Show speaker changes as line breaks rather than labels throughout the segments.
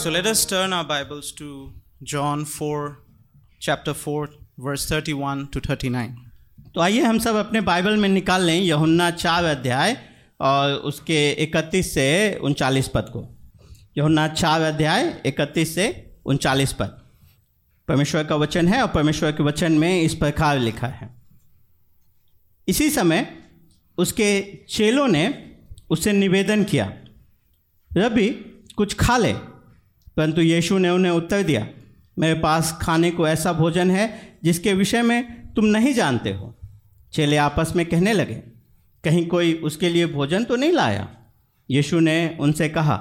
So let us turn our Bibles to John 4, chapter 4, verse 31 to 39.
तो आइए हम सब अपने बाइबल में निकाल लें यहुन्ना चार अध्याय और उसके 31 से उनचालीस पद को यहुन्ना चार अध्याय 31 से उनचालीस पद परमेश्वर का वचन है और परमेश्वर के वचन में इस प्रकार लिखा है इसी समय उसके चेलों ने उससे निवेदन किया रबी कुछ खा ले परंतु यीशु ने उन्हें उत्तर दिया मेरे पास खाने को ऐसा भोजन है जिसके विषय में तुम नहीं जानते हो चेले आपस में कहने लगे कहीं कोई उसके लिए भोजन तो नहीं लाया यीशु ने उनसे कहा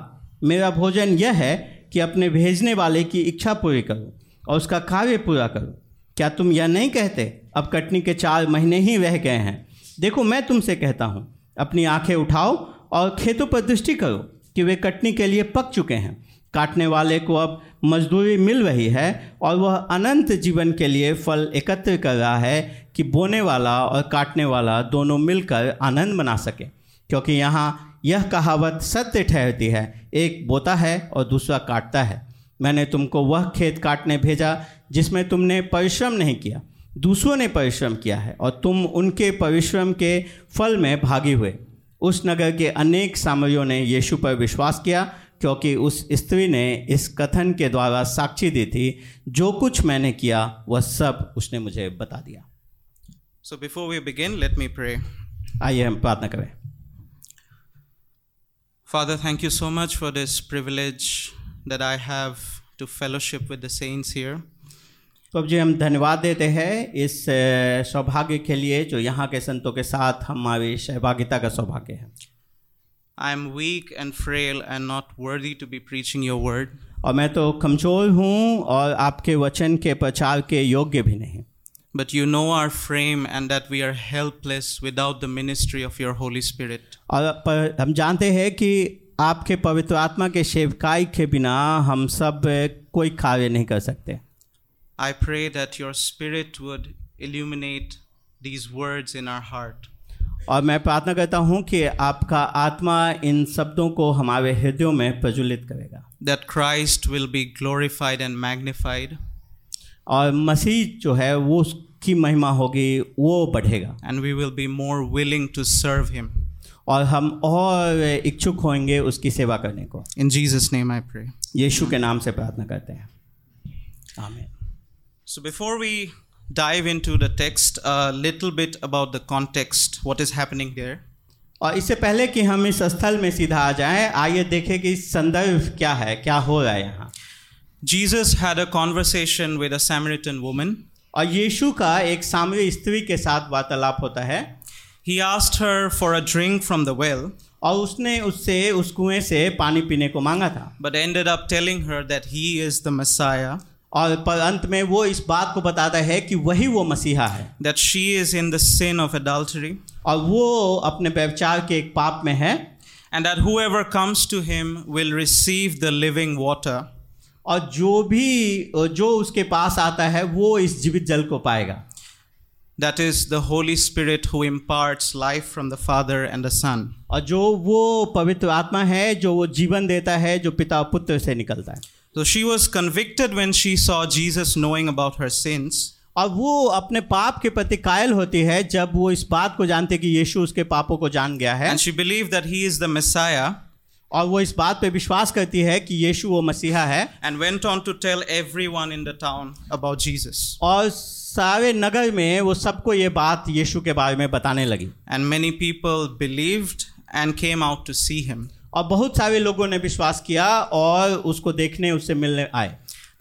मेरा भोजन यह है कि अपने भेजने वाले की इच्छा पूरी करो और उसका कार्य पूरा करो क्या तुम यह नहीं कहते अब कटनी के चार महीने ही रह गए हैं देखो मैं तुमसे कहता हूँ अपनी आंखें उठाओ और खेतों पर दृष्टि करो कि वे कटनी के लिए पक चुके हैं काटने वाले को अब मजदूरी मिल रही है और वह अनंत जीवन के लिए फल एकत्र कर रहा है कि बोने वाला और काटने वाला दोनों मिलकर आनंद मना सके क्योंकि यहाँ यह कहावत सत्य ठहरती है एक बोता है और दूसरा काटता है मैंने तुमको वह खेत काटने भेजा जिसमें तुमने परिश्रम नहीं किया दूसरों ने परिश्रम किया है और तुम उनके परिश्रम के फल में भागी हुए उस नगर के अनेक सामरियों ने यीशु पर विश्वास किया क्योंकि उस स्त्री ने इस कथन के द्वारा साक्षी दी थी जो कुछ मैंने किया वह सब उसने मुझे बता दिया
So before we begin, let me pray.
आइए हम प्रार्थना करें
Father, thank you so much for this privilege that I have to fellowship with the saints here.
तो अब जी हम धन्यवाद देते हैं इस अ, सौभाग्य के लिए जो यहाँ के संतों के साथ हमारी सहभागिता का सौभाग्य है
I am weak and frail and not worthy to be preaching your word.
और मैं तो कमज़ोर हूँ और आपके वचन के प्रचार के योग्य भी नहीं
But you know our frame and that we are helpless without the ministry of your Holy Spirit.
और पर हम जानते हैं कि आपके पवित्र आत्मा के सेवकाई के बिना हम सब अ, कोई कार्य नहीं कर सकते
I pray that your Spirit would illuminate these words in our heart.
और मैं प्रार्थना करता हूँ कि आपका आत्मा इन शब्दों को हमारे हृदयों में प्रज्वलित करेगा
that Christ will be glorified and magnified,
और मसीह जो है वो उसकी महिमा होगी वो बढ़ेगा
and we will be more willing to serve Him.
और हम और इच्छुक होंगे उसकी सेवा करने को
In Jesus' name I pray.
यीशु के नाम से प्रार्थना करते हैं आमीन
So, before we dive into the text, a little bit about the context, what is happening there.
और इससे पहले कि हम इस स्थल में सीधा आ जाएं आइए देखें कि संदर्भ क्या है क्या हो रहा है यहाँ
Jesus had a conversation with a Samaritan woman.
और यीशु का एक सामरी स्त्री के साथ वार्तालाप होता है
He asked her for a drink from the well,
और उसने उससे उस कुएं से पानी पीने को मांगा था
but ended up telling her that he is the Messiah,
और पर अंत में वो इस बात को बताता है कि वही वो मसीहा है
that she is in the sin of adultery,
और वो अपने व्यवचार के एक पाप में है
and that whoever comes to him will receive the living water.
और जो भी जो उसके पास आता है वो इस जीवित जल को पाएगा
That is the Holy Spirit who imparts life from the Father and the Son.
और जो वो पवित्र आत्मा है जो वो जीवन देता है जो पिता और पुत्र से निकलता है
So she was convicted when she saw Jesus knowing about her sins,
और वो अपने पाप के प्रति कायल होती है जब वो इस बात को जानते कि यीशु उसके पापों को जान गया है
and she believed that he is the Messiah,
और वो इस बात पे विश्वास करती है कि यीशु वो मसीहा है
and went on to tell everyone in the town about Jesus.
और सारे नगर में वो सबको ये बात यीशु के बारे में बताने लगी
And many people believed and came out to see him.
और बहुत सारे लोगों ने विश्वास किया और उसको देखने उससे मिलने आए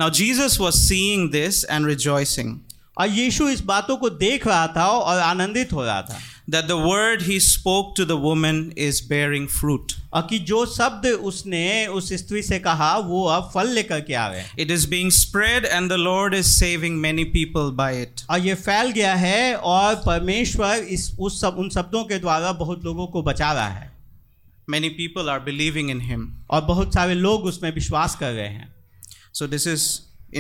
Now, Jesus was seeing this and rejoicing
और यीशु इस बातों को देख रहा था और आनंदित हो रहा था
that the word he spoke to the woman is bearing fruit.
और कि जो शब्द उसने उस स्त्री से कहा वो अब फल लेकर के आ रहे हैं
It is being spread, and the Lord is saving many people by it.
और ये फैल गया है और परमेश्वर इस उस सब उन शब्दों के द्वारा बहुत लोगों को बचा रहा है
many people are believing in him
और बहुत सारे लोग उसमें विश्वास कर रहे हैं
so this is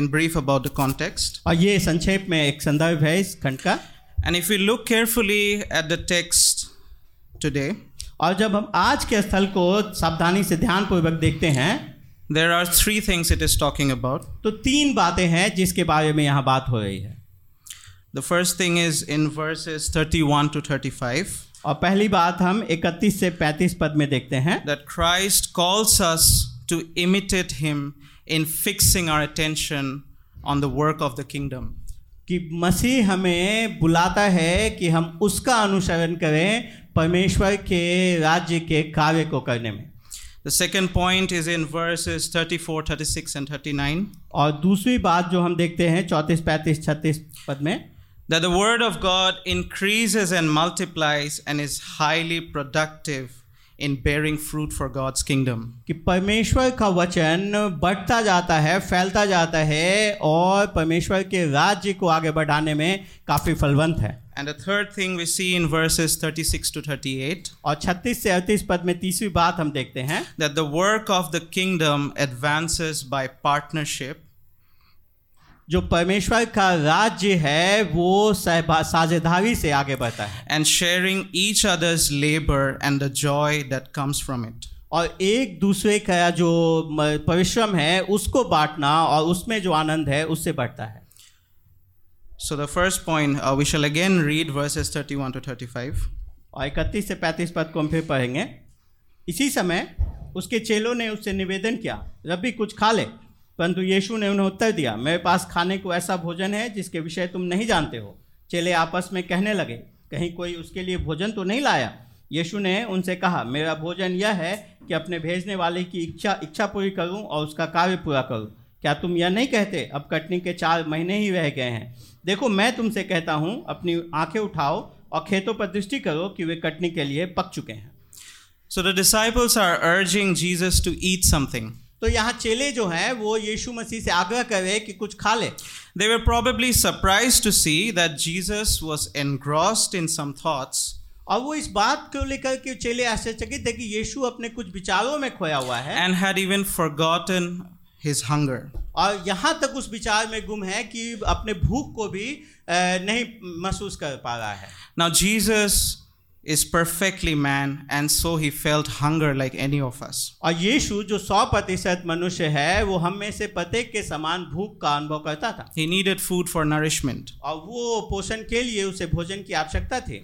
in brief about the context
और ये संक्षेप में एक संदर्भ है इस खंड का
and if we look carefully at the text today
और जब हम आज के स्थल को सावधानी से ध्यानपूर्वक देखते हैं
There are three things it is talking about.
तो तीन बातें हैं जिसके बारे में यहाँ बात हो रही है
The first thing is in verses 31 to 35
और पहली बात हम 31 से 35 पद में देखते हैं
that Christ calls us to imitate him in fixing our attention on the work of the kingdom.
कि मसीह हमें बुलाता है कि हम उसका अनुसरण करें परमेश्वर के राज्य के कार्य को करने में
The second point is in verses 34, 36, and 39
और दूसरी बात जो हम देखते हैं चौंतीस पैंतीस छत्तीस पद में
that the word of God increases and multiplies and is highly productive in bearing fruit for God's kingdom.
कि परमेश्वर का वचन बढ़ता जाता है फैलता जाता है और परमेश्वर के राज्य को आगे बढ़ाने में काफ़ी फलवंत है
And the third thing we see in verses 36 to 38
और 36 से 38 पद में तीसरी बात हम देखते हैं
that the work of the kingdom advances by partnership
जो परमेश्वर का राज्य है वो सहभा साझेदारी से आगे बढ़ता है
and sharing each other's labor and the joy that comes from it.
और एक दूसरे का जो म- परिश्रम है उसको बांटना और उसमें जो आनंद है उससे बढ़ता है
So, the first point, uh, we shall again read verses 31 to 35.
और इकतीस से पैंतीस पद को हम फिर पढ़ेंगे इसी समय उसके चेलों ने उससे निवेदन किया रबी कुछ खा ले परंतु यीशु ने उन्हें उत्तर दिया मेरे पास खाने को ऐसा भोजन है जिसके विषय तुम नहीं जानते हो चेले आपस में कहने लगे कहीं कोई उसके लिए भोजन तो नहीं लाया यीशु ने उनसे कहा मेरा भोजन यह है कि अपने भेजने वाले की इच्छा इच्छा पूरी करूं और उसका कार्य पूरा करूं क्या तुम यह नहीं कहते अब कटनी के चार महीने ही रह गए हैं देखो मैं तुमसे कहता हूँ अपनी आंखें उठाओ और खेतों पर दृष्टि करो कि वे कटनी के लिए पक चुके हैं
So, the disciples are urging Jesus to eat something.
तो यहाँ चेले जो हैं वो यीशु मसीह से आग्रह कर रहे हैं कि कुछ खा ले
They were probably surprised to see that Jesus was engrossed in some thoughts
और वो इस बात को लेकर के चेले आश्चर्यचकित थे कि यीशु अपने कुछ विचारों में खोया हुआ है
and had even forgotten his hunger.
और यहाँ तक उस विचार में गुम है कि अपने भूख को भी अ, नहीं महसूस कर पा रहा है
Now, Jesus is perfectly man, and so he felt hunger like any of us.
और यीशु जो सौ प्रतिशत मनुष्य है वो हम में से प्रत्येक के समान भूख का अनुभव करता था
He needed food for nourishment.
और वो पोषण के लिए उसे भोजन की आवश्यकता थी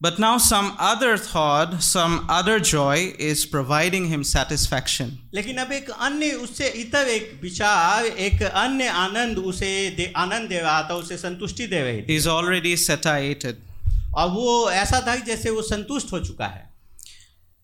But now, some other thought, some other joy is providing him satisfaction.
लेकिन अब एक अन्य उससे इतर एक विचार एक अन्य आनंद उसे दे आनंद दे रहा था उसे संतुष्टि दे रही थी
He's already satiated.
और वो ऐसा था कि जैसे वो संतुष्ट हो चुका है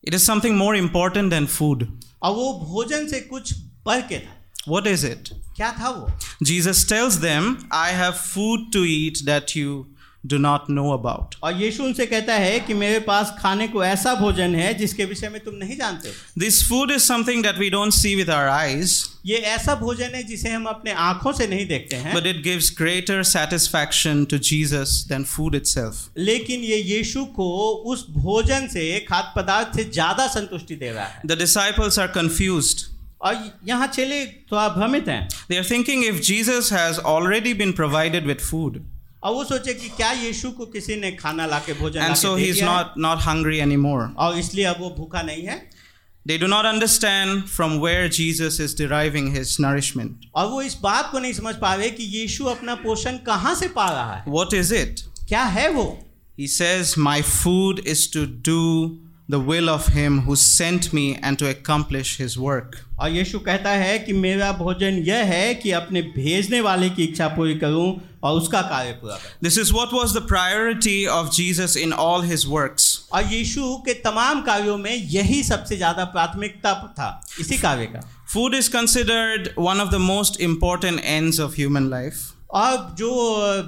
It is something more important than food.
और वो भोजन से कुछ बढ़ के था
What is it?
क्या था वो
Jesus tells them, I have food to eat that you do not know about.
और यीशु उनसे कहता है कि मेरे पास खाने को ऐसा भोजन है जिसके विषय में तुम नहीं जानते हो
This food is something that we don't see with our eyes,
ये ऐसा भोजन है जिसे हम अपने आंखों से नहीं देखते हैं
but it gives greater satisfaction to Jesus than food itself.
लेकिन ये यीशु को उस भोजन से खाद्य पदार्थ से ज्यादा संतुष्टि दे रहा है
The disciples are confused.
और यहाँ चेले थोड़ा भ्रमित हैं
They are thinking if Jesus has already been provided with food,
और वो सोचे कि क्या यीशु को किसी ने खाना लाके भोजन
and
लाके
so
दे
he's
दिया है?
not, not hungry anymore.
और इसलिए अब वो भूखा नहीं है
They do not understand from where Jesus is deriving his nourishment.
और वो इस बात को नहीं समझ पा रहे कि यीशु अपना पोषण कहाँ से पा रहा है
What is it?
क्या है वो
He says, My food is to do the will of him who sent me and to accomplish his work.
और यीशु कहता है कि मेरा भोजन यह है कि अपने भेजने वाले की इच्छा पूरी करूं और उसका कार्य पूरा करूं
This is what was the priority of Jesus in all his works.
और यीशु के तमाम कार्यों में यही सबसे ज्यादा प्राथमिकता था इसी कार्य का
Food is considered one of the most important ends of human life.
और जो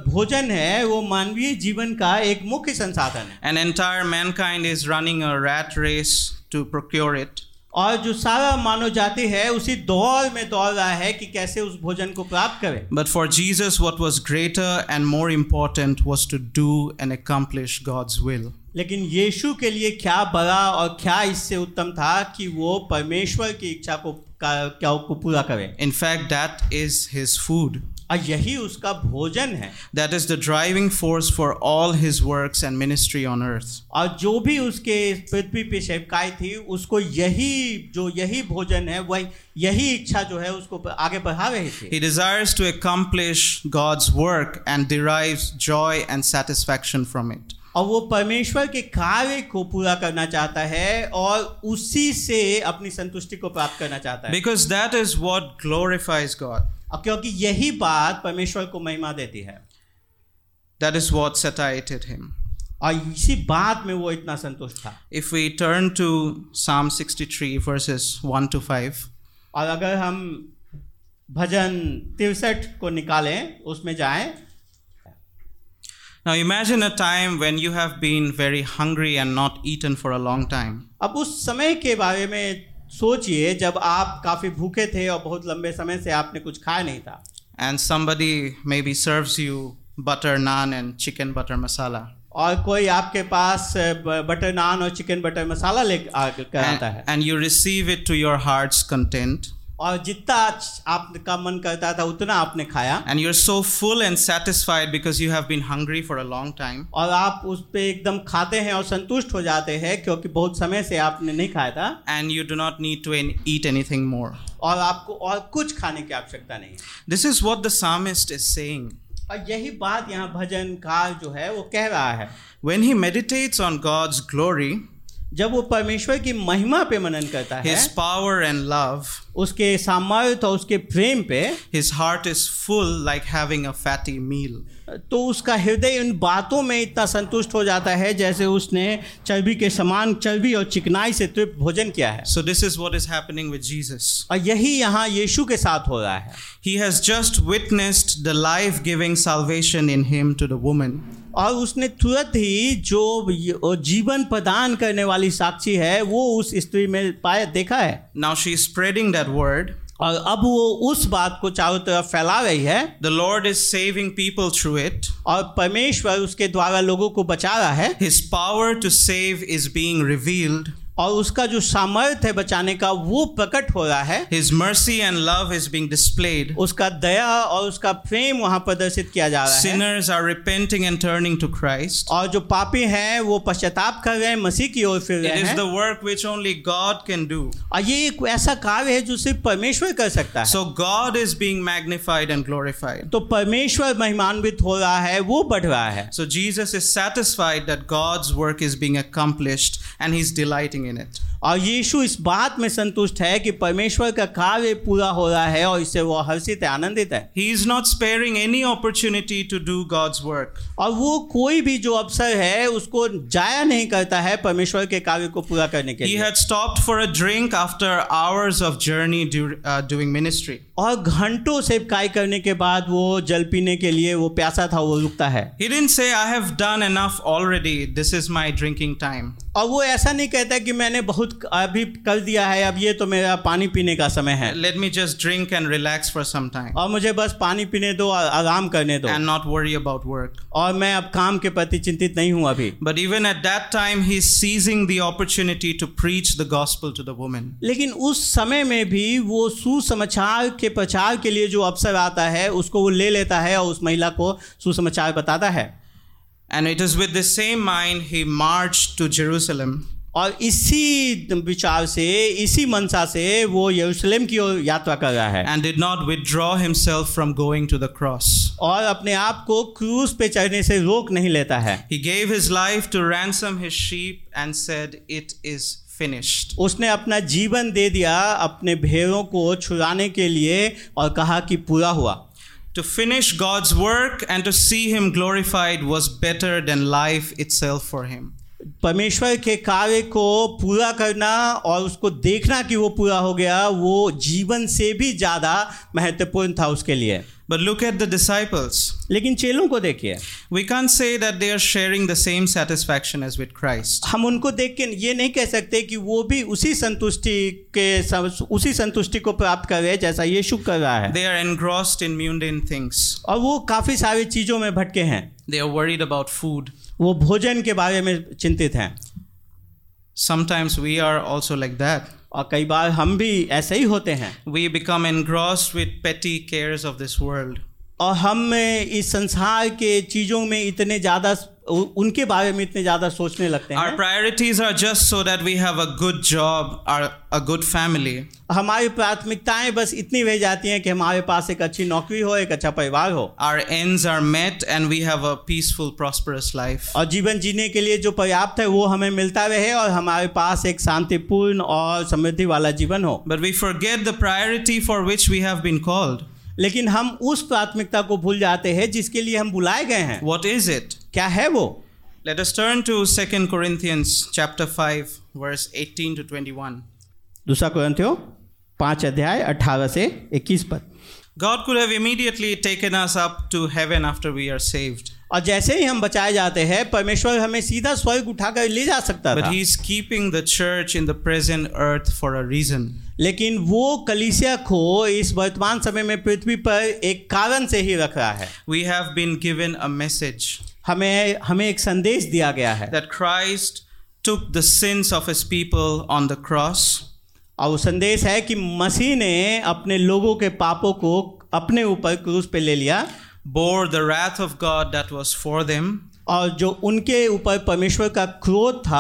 भोजन है वो मानवीय जीवन का एक मुख्य संसाधन है
And entire mankind is running a rat race to procure it.
और जो सारा मानव जाति है उसी दौड़ में दौड़ रहा है कि कैसे उस भोजन को प्राप्त करे
But for Jesus, what was greater and more important was to do and accomplish God's will.
लेकिन यीशु के लिए क्या बड़ा और क्या इससे उत्तम था कि वो परमेश्वर की इच्छा को का- क्या को पूरा करे
In fact, that is his food.
और यही उसका भोजन है
that is the driving force for all his works and ministry on earth.
और जो भी उसके इस पृथ्वी पे सेवकाई थी उसको यही जो यही भोजन है वही यही इच्छा जो है उसको ब- आगे बढ़ा रही थी
He desires to accomplish God's work and derives joy and satisfaction from it.
और वो परमेश्वर के कार्य को पूरा करना चाहता है और उसी से अपनी संतुष्टि को प्राप्त करना चाहता है
Because that is what glorifies God.
और क्योंकि यही बात परमेश्वर को महिमा देती है
That is what satiated him.
और इसी बात में वो इतना संतुष्ट था
If we turn to Psalm 63, verses 1 to 5,
और अगर हम भजन तिरसठ को निकालें उसमें जाएं
now imagine a time when you have been very hungry and not eaten for a long time.
अब उस समय के बारे में सोचिए जब आप काफ़ी भूखे थे और बहुत लंबे समय से आपने कुछ खाया नहीं था
and somebody maybe serves you butter naan and chicken butter masala
और कोई आपके पास ब- बटर नान और चिकन बटर मसाला ले आ- कर आता
and,
है
and you receive it to your heart's content
और जितना आज आपका मन करता था उतना आपने खाया
and you're so full and satisfied because you have been hungry for a long time
और आप उस पर एकदम खाते हैं और संतुष्ट हो जाते हैं क्योंकि बहुत समय से आपने नहीं खाया था
and you do not need to an- eat anything more
और आपको और कुछ खाने की आवश्यकता नहीं है
this is what the psalmist is saying
और यही बात यहाँ भजनकार जो है वो कह रहा है
when he meditates on god's glory
जब वो परमेश्वर की महिमा पे मनन करता है
his power and love
उसके सामर्थ्य और उसके प्रेम पे
his heart is full like having a fatty meal
तो उसका हृदय उन बातों में इतना संतुष्ट हो जाता है जैसे उसने चर्बी के समान चर्बी और चिकनाई से तृप्त भोजन किया है
so this is what is happening with jesus
और यही यहाँ यीशु के साथ हो रहा है
He has just witnessed the life giving salvation in him to the woman.
और उसने तुरंत ही जो ये- जीवन प्रदान करने वाली साक्षी है वो उस स्त्री में पाया देखा है
Now she is spreading that word.
और अब वो उस बात को चारों तरफ फैला रही है
The Lord is saving people through it.
और परमेश्वर उसके द्वारा लोगों को बचा रहा है
His power to save is being revealed.
और उसका जो सामर्थ्य है बचाने का वो प्रकट हो रहा है
His mercy and love is being displayed.
उसका दया और उसका प्रेम वहां प्रदर्शित किया जा रहा है
Sinners are repenting and turning to Christ.
और जो पापी हैं वो पश्चाताप कर रहे हैं मसीह की ओर फिर
It
रहे
is
हैं
the work which only God can do.
और ये एक ऐसा कार्य है जो सिर्फ परमेश्वर कर सकता है
So God is being magnified and glorified.
तो परमेश्वर महिमान्वित हो रहा है वो बढ़ रहा है
So Jesus is satisfied that God's work is being accomplished and he's delighting in it.
और यीशु इस बात में संतुष्ट है कि परमेश्वर का कार्य पूरा हो रहा है और इससे वो हर्षित है आनंदित है
He is not sparing any opportunity to do God's work.
और वो कोई भी जो अवसर है उसको जाया नहीं करता है परमेश्वर के कार्य को पूरा करने के
He
लिए
had stopped for a drink after hours of journey dur- uh, doing ministry.
और घंटों सेवकाई करने के बाद वो जल पीने के लिए वो प्यासा था वो रुकता है
He didn't say, I have done enough already. This is my drinking time.
और वो ऐसा नहीं कहता कि मैंने बहुत अभी कर दिया है अब ये तो मेरा पानी पीने का समय है
Let me just drink and relax for some time
और मुझे बस पानी पीने दो और आराम करने दो
and not worry about work.
और मैं अब काम के प्रति चिंतित नहीं हूँ अभी
But even at that time, he's seizing the opportunity to preach the gospel to the woman.
लेकिन उस समय में भी वो सुसमाचार के प्रचार के लिए जो अवसर आता है उसको वो ले लेता है और उस महिला को सुसमाचार बताता है
And it is with the same mind he marched to Jerusalem.
और इसी विचार से इसी मनसा से वो यरूशलेम की ओर यात्रा कर रहा है
and did not withdraw himself from going to the cross.
और अपने आप को क्रूज पे चढ़ने से रोक नहीं लेता है
He gave his life to ransom his sheep and said, It is finished.
उसने अपना जीवन दे दिया अपने भेड़ों को छुड़ाने के लिए और कहा कि पूरा हुआ
To finish God's work and to see him glorified was better than life itself for him.
परमेश्वर के कार्य को पूरा करना और उसको देखना कि वो पूरा हो गया वो जीवन से भी ज़्यादा महत्वपूर्ण था उसके लिए
But look at the disciples.
लेकिन चेलों को देखिए
We can't say that they are sharing the same satisfaction as with Christ.
हम उनको देख के ये नहीं कह सकते कि वो भी उसी संतुष्टि के सम- उसी संतुष्टि को प्राप्त कर रहे हैं जैसा यीशु कर रहा है
They are engrossed in mundane things.
और वो काफ़ी सारी चीज़ों में भटके हैं
They are worried about food.
वो भोजन के बारे में चिंतित हैं
Sometimes we are also like that.
और कई बार हम भी ऐसे ही होते हैं
We become engrossed with petty cares of this world.
और हम इस संसार के चीज़ों में इतने ज़्यादा उनके बारे में इतने ज़्यादा सोचने लगते
Our
हैं
priorities are just so that we have a good job, or a good family.
हमारी प्राथमिकताएं बस इतनी रह जाती हैं कि हमारे पास एक अच्छी नौकरी हो एक अच्छा परिवार हो
Our ends are met, and we have a peaceful, prosperous life.
और जीवन जीने के लिए जो पर्याप्त है वो हमें मिलता रहे और हमारे पास एक शांतिपूर्ण और समृद्धि वाला जीवन हो
But we forget the priority for which we have been called.
लेकिन हम उस प्राथमिकता को भूल जाते हैं जिसके लिए हम बुलाए गए हैं
What is it?
क्या है वो
Let us turn to 2 Corinthians chapter 5 verse 18 to 21.
दूसरा ग्रंथियो पाँच अध्याय अट्ठारह से इक्कीस पद
God could have immediately taken us up to heaven after we are saved,
और जैसे ही हम बचाए जाते हैं परमेश्वर हमें सीधा स्वर्ग उठाकर ले जा सकता
but
था
he's keeping the church in the present earth for a reason.
लेकिन वो कलीसिया को इस वर्तमान समय में पृथ्वी पर एक कारण से ही रख रहा है
We have been given a message
हमें हमें एक संदेश दिया गया है
that Christ took the sins of his people on the cross
और वो संदेश है कि मसीह ने अपने लोगों के पापों को अपने ऊपर क्रूज पे ले लिया
bore the wrath of God that was for them,
और जो उनके ऊपर परमेश्वर का क्रोध था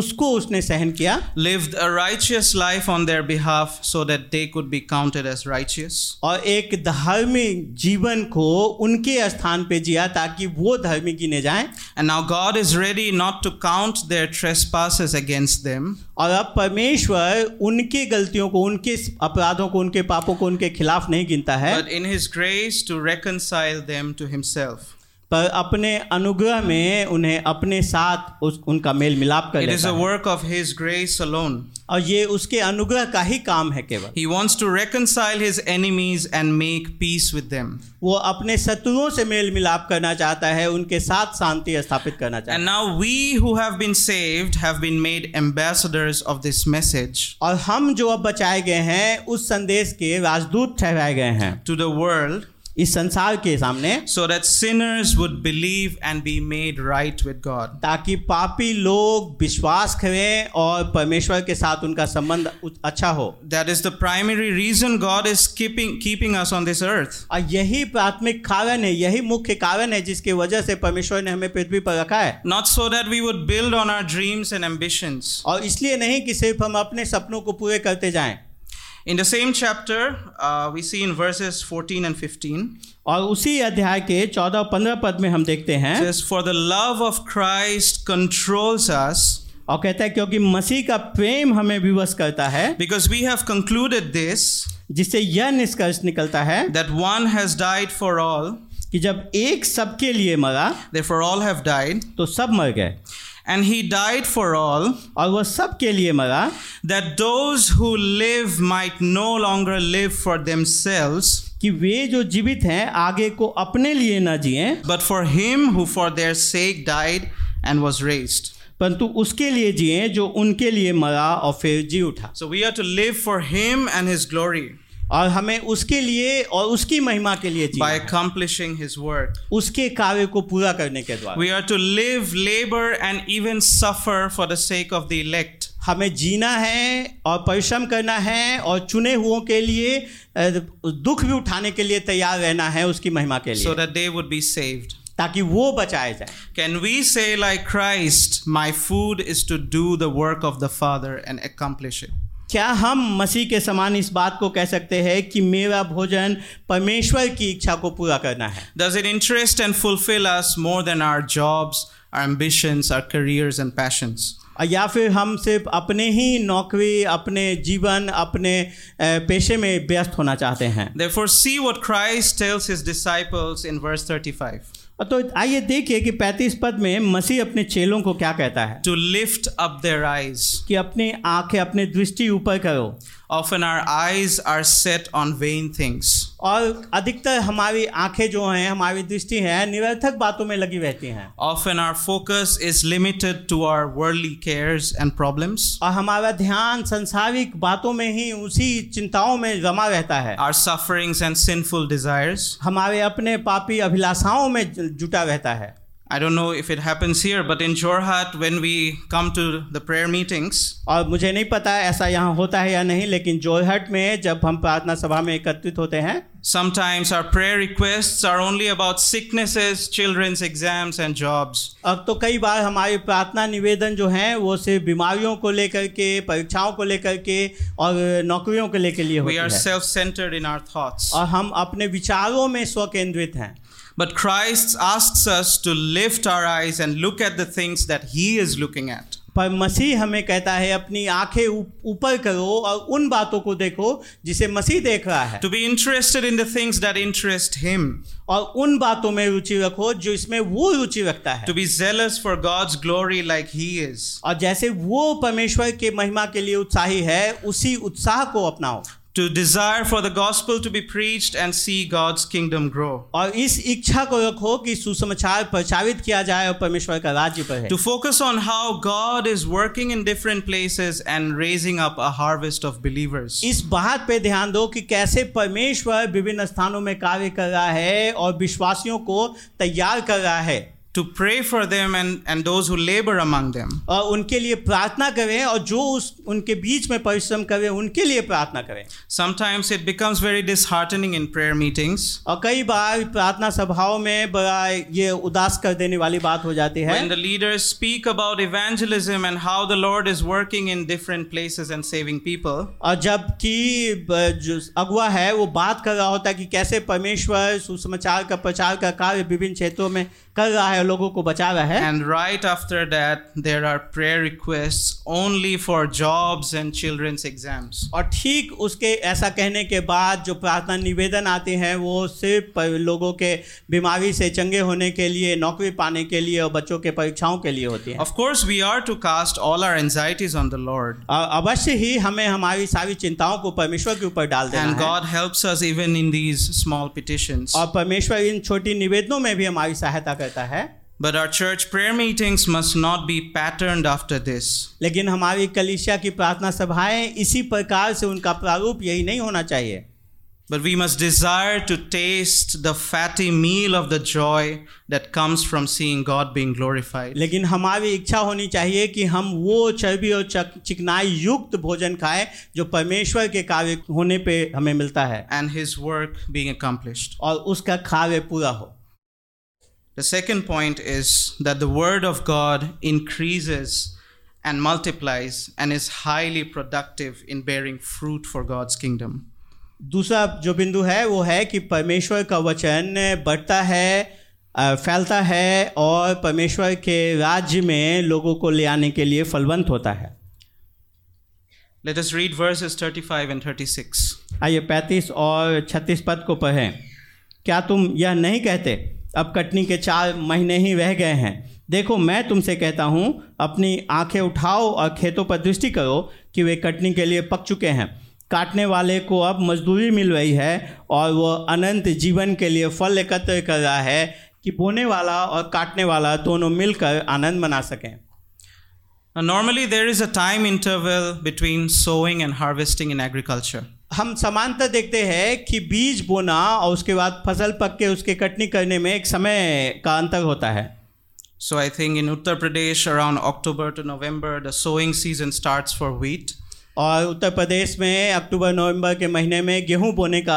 उसको उसने सहन किया
lived a righteous life on their behalf so that they could be counted as righteous,
और एक धार्मिक जीवन को उनके स्थान पे जिया ताकि वो धार्मिक गिने जाएं
and now God is ready not to count their trespasses against them,
और अब परमेश्वर उनके गलतियों को उनके अपराधों को उनके पापों को उनके खिलाफ नहीं गिनता है
but in his grace to reconcile them to himself.
पर अपने अनुग्रह में उन्हें अपने साथ उस उनका मेल मिलाप कर
It is
लेता
a
है
work of his grace alone.
और ये उसके अनुग्रह का ही काम है केवल
He wants to reconcile his enemies and make peace with them.
वो अपने शत्रुओं से मेल मिलाप करना चाहता है उनके साथ शांति स्थापित करना चाहता है
And now we who have been saved have been made ambassadors of this message
और हम जो अब बचाए गए हैं उस संदेश के राजदूत ठहराए गए हैं
to the world
इस संसार के सामने
so that sinners would believe and be made right with God.
ताकि पापी लोग विश्वास करें और परमेश्वर के साथ उनका संबंध उच- अच्छा हो
That is the primary reason God is keeping keeping us on this earth.
और यही प्राथमिक कारण है यही मुख्य कारण है जिसकी वजह से परमेश्वर ने हमें पृथ्वी पर रखा है
Not so that we would build on our dreams and ambitions.
और इसलिए नहीं कि सिर्फ हम अपने सपनों को पूरे करते जाएं
In the same chapter, uh, we see in verses 14 and 15,
और उसी अध्याय के चौदह और पंद्रह पद में हम देखते
it
हैं
says, For the love of Christ controls us,
और कहता है क्योंकि मसीह का प्रेम हमें विवश करता है
because we have concluded this
जिससे यह निष्कर्ष निकलता है
that one has died for all.
कि जब एक सबके लिए मरा
Therefore, all have died.
तो सब मर गए
And he died for all,
और वह सबके लिए मरा
that those who live might no longer live for themselves,
कि वे जो जीवित हैं आगे को अपने लिए न जिए
but for him who for their sake died and was raised.
परंतु उसके लिए जिए जो उनके लिए मरा और फिर जी उठा
So we are to live for him and his glory
और हमें उसके लिए और उसकी महिमा के लिए
by
ji
accomplishing his work.
उसके कार्य को पूरा करने के द्वारा
We are to live, labor, and even suffer for the sake of the elect.
हमें जीना है और परिश्रम करना है और चुने हुओं के लिए अ, दुख भी उठाने के लिए तैयार रहना है उसकी महिमा के
So
लिए
that they would be saved.
ताकि वो बचाए जाए
Can we say, like Christ, my food is to do the work of the Father and accomplish it?
क्या हम मसीह के समान इस बात को कह सकते हैं कि मेरा भोजन परमेश्वर की इच्छा को पूरा करना है
Does it interest and fulfill us more than our jobs, our ambitions, our careers, and passions?
और या फिर हम सिर्फ अपने ही नौकरी अपने जीवन अपने अ, पेशे में व्यस्त होना चाहते हैं
Therefore, see what Christ tells his disciples in verse 35
और तो आइए देखिए कि पैंतीस पद में मसीह अपने चेलों को क्या कहता है
to lift up their eyes.
कि अपनी आंखें अपने दृष्टि ऊपर करो
Often our eyes are set on vain things.
और अधिकतर हमारी आंखें जो हैं हमारी दृष्टि है निरर्थक बातों में लगी रहती हैं
Often our focus is limited to our worldly cares and problems.
और हमारा ध्यान सांसारिक बातों में ही उसी चिंताओं में जमा रहता है
Our sufferings and sinful desires.
हमारे अपने पापी अभिलाषाओं में जुटा रहता है
I don't know if it happens here, but in Jorhat, when we come to the prayer meetings,
और मुझे नहीं पता ऐसा यहाँ होता है या नहीं लेकिन जोहट में जब हम प्रार्थना सभा में एकत्रित होते हैं
sometimes our prayer requests are only about sicknesses, children's exams, and jobs.
अब तो कई बार हमारे प्रार्थना निवेदन जो हैं वो सिर्फ बीमारियों को लेकर के परीक्षाओं को लेकर के और नौकरियों को लेकर लिए होती
We are
है
self centered in our thoughts.
और हम अपने विचारों में स्वकेंद्रित हैं
But Christ asks us to lift our eyes and look at the things that He is looking at.
पर मसीह हमें कहता है अपनी आंखें ऊप- ऊपर करो और उन बातों को देखो जिसे मसीह देख रहा है
To be interested in the things that interest Him.
और उन बातों में रुचि रखो जो इसमें वो रुचि रखता है
To be zealous for God's glory like He is.
और जैसे वो परमेश्वर के महिमा के लिए उत्साही है उसी उत्साह को अपनाओ
To desire for the gospel to be preached and see God's kingdom grow.
और इस इच्छा को रखो कि सुसमाचार प्रचारित किया जाए और परमेश्वर का राज्य पर है
To focus on how God is working in different places and raising up a harvest of believers.
इस बात पे ध्यान दो कि कैसे परमेश्वर विभिन्न स्थानों में कार्य कर रहा है और विश्वासियों को तैयार कर रहा है
To pray for them and, and those who labor among them.
और उनके लिए प्रार्थना करें और जो उस उनके बीच में परिश्रम करें उनके लिए प्रार्थना करें
Sometimes it becomes very disheartening in prayer meetings
और कई बार प्रार्थना सभाओं में बड़ा ये उदास कर देने वाली बात हो जाती है
when the leaders speak about evangelism and how the Lord is working in different places and saving people.
और जबकि ब- जो अगुआ है वो बात कर रहा होता है कि कैसे परमेश्वर सुसमाचार का प्रचार का कार्य विभिन्न क्षेत्रों में कर रहा है और लोगों को बचा रहा है
And right after that, there are prayer requests only for jobs and children's exams.
और ठीक उसके ऐसा कहने के बाद जो प्रार्थना निवेदन आते हैं वो सिर्फ प- लोगों के बीमारी से चंगे होने के लिए नौकरी पाने के लिए और बच्चों के परीक्षाओं के लिए होती है
Of course, we are to cast all our anxieties on the Lord.
अवश्य ही हमें हमारी सारी चिंताओं को परमेश्वर के ऊपर डाल देना
And
है
God helps us even in these small petitions.
और परमेश्वर इन छोटी निवेदनों में भी हमारी सहायता करता है
But our church prayer meetings must not be patterned after this.
लेकिन हमारी कलिसिया की प्रार्थना सभाएं इसी प्रकार से उनका प्रारूप यही नहीं होना चाहिए
But we must desire to taste the fatty meal of the joy that comes from seeing God being glorified.
लेकिन हमारी इच्छा होनी चाहिए कि हम वो चर्बी और चक- चिकनाई युक्त भोजन खाएं जो परमेश्वर के कार्य होने पे हमें मिलता है
And his work being accomplished.
और उसका कार्य पूरा हो
The second point is that the word of God increases and multiplies and is highly productive in bearing fruit for God's kingdom.
दूसरा जो बिंदु है वो है कि परमेश्वर का वचन बढ़ता है अ, फैलता है और परमेश्वर के राज्य में लोगों को ले आने के लिए फलवंत होता है
Let us read verses 35 and 36.
आइए पैंतीस और छत्तीस पद को पढ़ें क्या तुम यह नहीं कहते अब कटनी के चार महीने ही रह गए हैं देखो मैं तुमसे कहता हूँ अपनी आंखें उठाओ और खेतों पर दृष्टि करो कि वे कटनी के लिए पक चुके हैं काटने वाले को अब मजदूरी मिल रही है और वह अनंत जीवन के लिए फल एकत्र कर रहा है कि बोने वाला और काटने वाला दोनों मिलकर आनंद मना सकें
Now, normally, there is a time interval between sowing and harvesting in agriculture.
हम समानता देखते हैं कि बीज बोना और उसके बाद फसल पक के उसके कटनी करने में एक समय का अंतर होता है
So, I think in Uttar Pradesh, around October to November, the sowing season starts for wheat.
और उत्तर प्रदेश में अक्टूबर नवंबर के महीने में गेहूं बोने का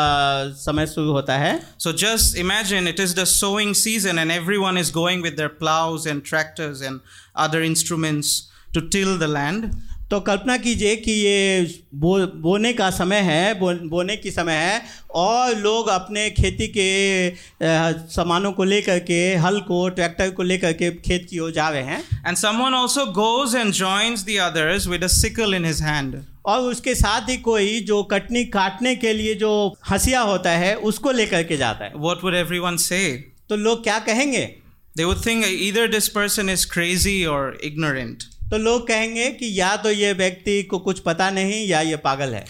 समय शुरू होता है
So, just imagine it is the sowing season, and everyone is going with their plows and tractors and other instruments to till the land.
तो कल्पना कीजिए कि ये बो बोने का समय है बो, बोने की समय है और लोग अपने खेती के अ, सामानों को लेकर के हल को ट्रैक्टर को लेकर के खेत की ओर जा रहे हैं
And someone also goes and joins the others with a sickle in his hand.
और उसके साथ ही कोई जो कटनी काटने के लिए जो हंसिया होता है उसको लेकर के जाता है
What would everyone say?
तो लोग क्या कहेंगे
They would think either this person is crazy or ignorant.
तो लोग कहेंगे कि या तो ये व्यक्ति को कुछ पता नहीं या ये पागल है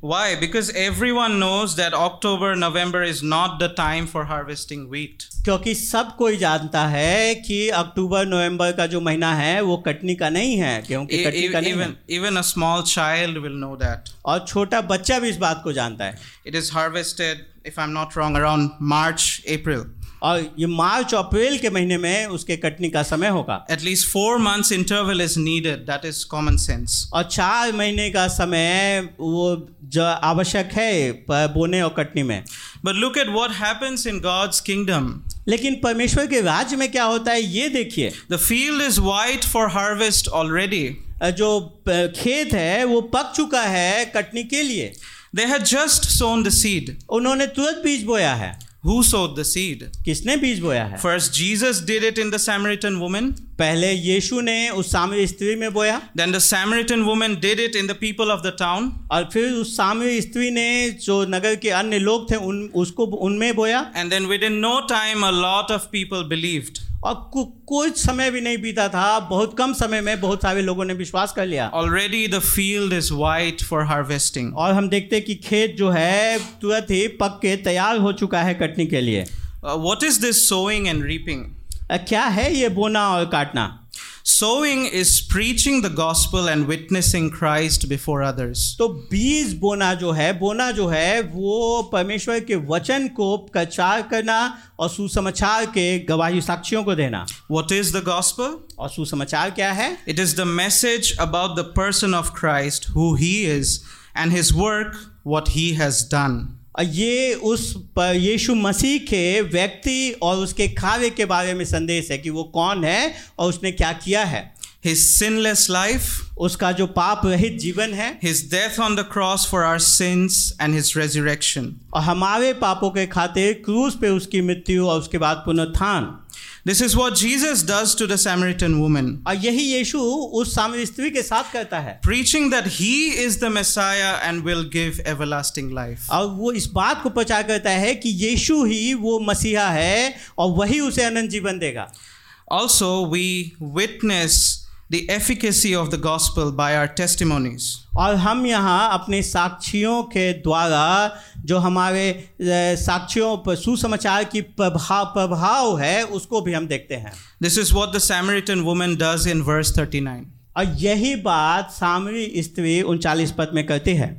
Why? Because everyone knows that October, November is not the time for harvesting wheat.
क्योंकि सब कोई जानता है कि अक्टूबर नवंबर का जो महीना है वो कटनी का नहीं है क्योंकि
E-
कटनी का
e-
नहीं है
even, even a small child will know that.
और छोटा बच्चा भी इस बात को जानता है
It is harvested, if I'm not wrong, around March, April.
और ये मार्च और अप्रैल के महीने में उसके कटने का समय होगा
At least four months interval is needed. That is common sense.
और चार महीने का समय वो जो आवश्यक है प- बोने और कटनी में
But look at what happens in God's kingdom.
लेकिन परमेश्वर के राज्य में क्या होता है ये देखिए
The field is white for harvest already.
जो प- खेत है वो पक चुका है कटनी के लिए
They had just sown the seed.
उन्होंने तुरंत बीज बोया है
Who sowed the seed?
किसने बीज बोया है
First, Jesus did it in the Samaritan woman.
पहले यीशु ने उस सामरी स्त्री में बोया
Then the Samaritan woman did it in the people of the town.
और फिर उस सामरी स्त्री ने जो नगर के अन्य लोग थे उन उसको उनमें बोया
And then within no time, a lot of people believed.
और कु, कुछ समय भी नहीं बीता था बहुत कम समय में बहुत सारे लोगों ने विश्वास कर लिया
Already the field is white for harvesting.
और हम देखते हैं कि खेत जो है तुरंत ही पक के तैयार हो चुका है कटने के लिए
Uh, what is this sowing and reaping?
अ, क्या है ये बोना और काटना
Sowing is preaching the gospel and witnessing Christ before others.
तो बीज बोना जो है बोना जो है वो परमेश्वर के वचन को प्रचार करना और सुसमाचार के गवाही साक्षियों को देना
What is the gospel?
और सुसमाचार क्या है
It is the message about the person of Christ, who he is, and his work, what he has done.
और ये उस प- यीशु मसीह के व्यक्ति और उसके कार्य के बारे में संदेश है कि वो कौन है और उसने क्या किया है
His sinless life,
उसका जो पाप रहित जीवन है
his death on the cross for our sins, and his resurrection.
और हमारे पापों के खातिर क्रूस पे उसकी मृत्यु और उसके बाद पुनरुत्थान
This is what Jesus does to the Samaritan woman,
और यही यीशु उस सामरी स्त्री के साथ करता है
preaching that he is the Messiah and will give everlasting life.
और वो इस बात को प्रचार करता है कि यीशु ही वो मसीहा है और वही उसे अनंत जीवन देगा
Also, we witness the efficacy of the gospel by our testimonies.
और हम यहाँ अपने साक्षियों के द्वारा जो हमारे अ, साक्षियों पर सुसमाचार की प्रभाव प्रभाव है उसको भी हम देखते हैं
This is what the Samaritan woman does in verse 39.
और यही बात सामरी स्त्री उनचालीस पद में करती है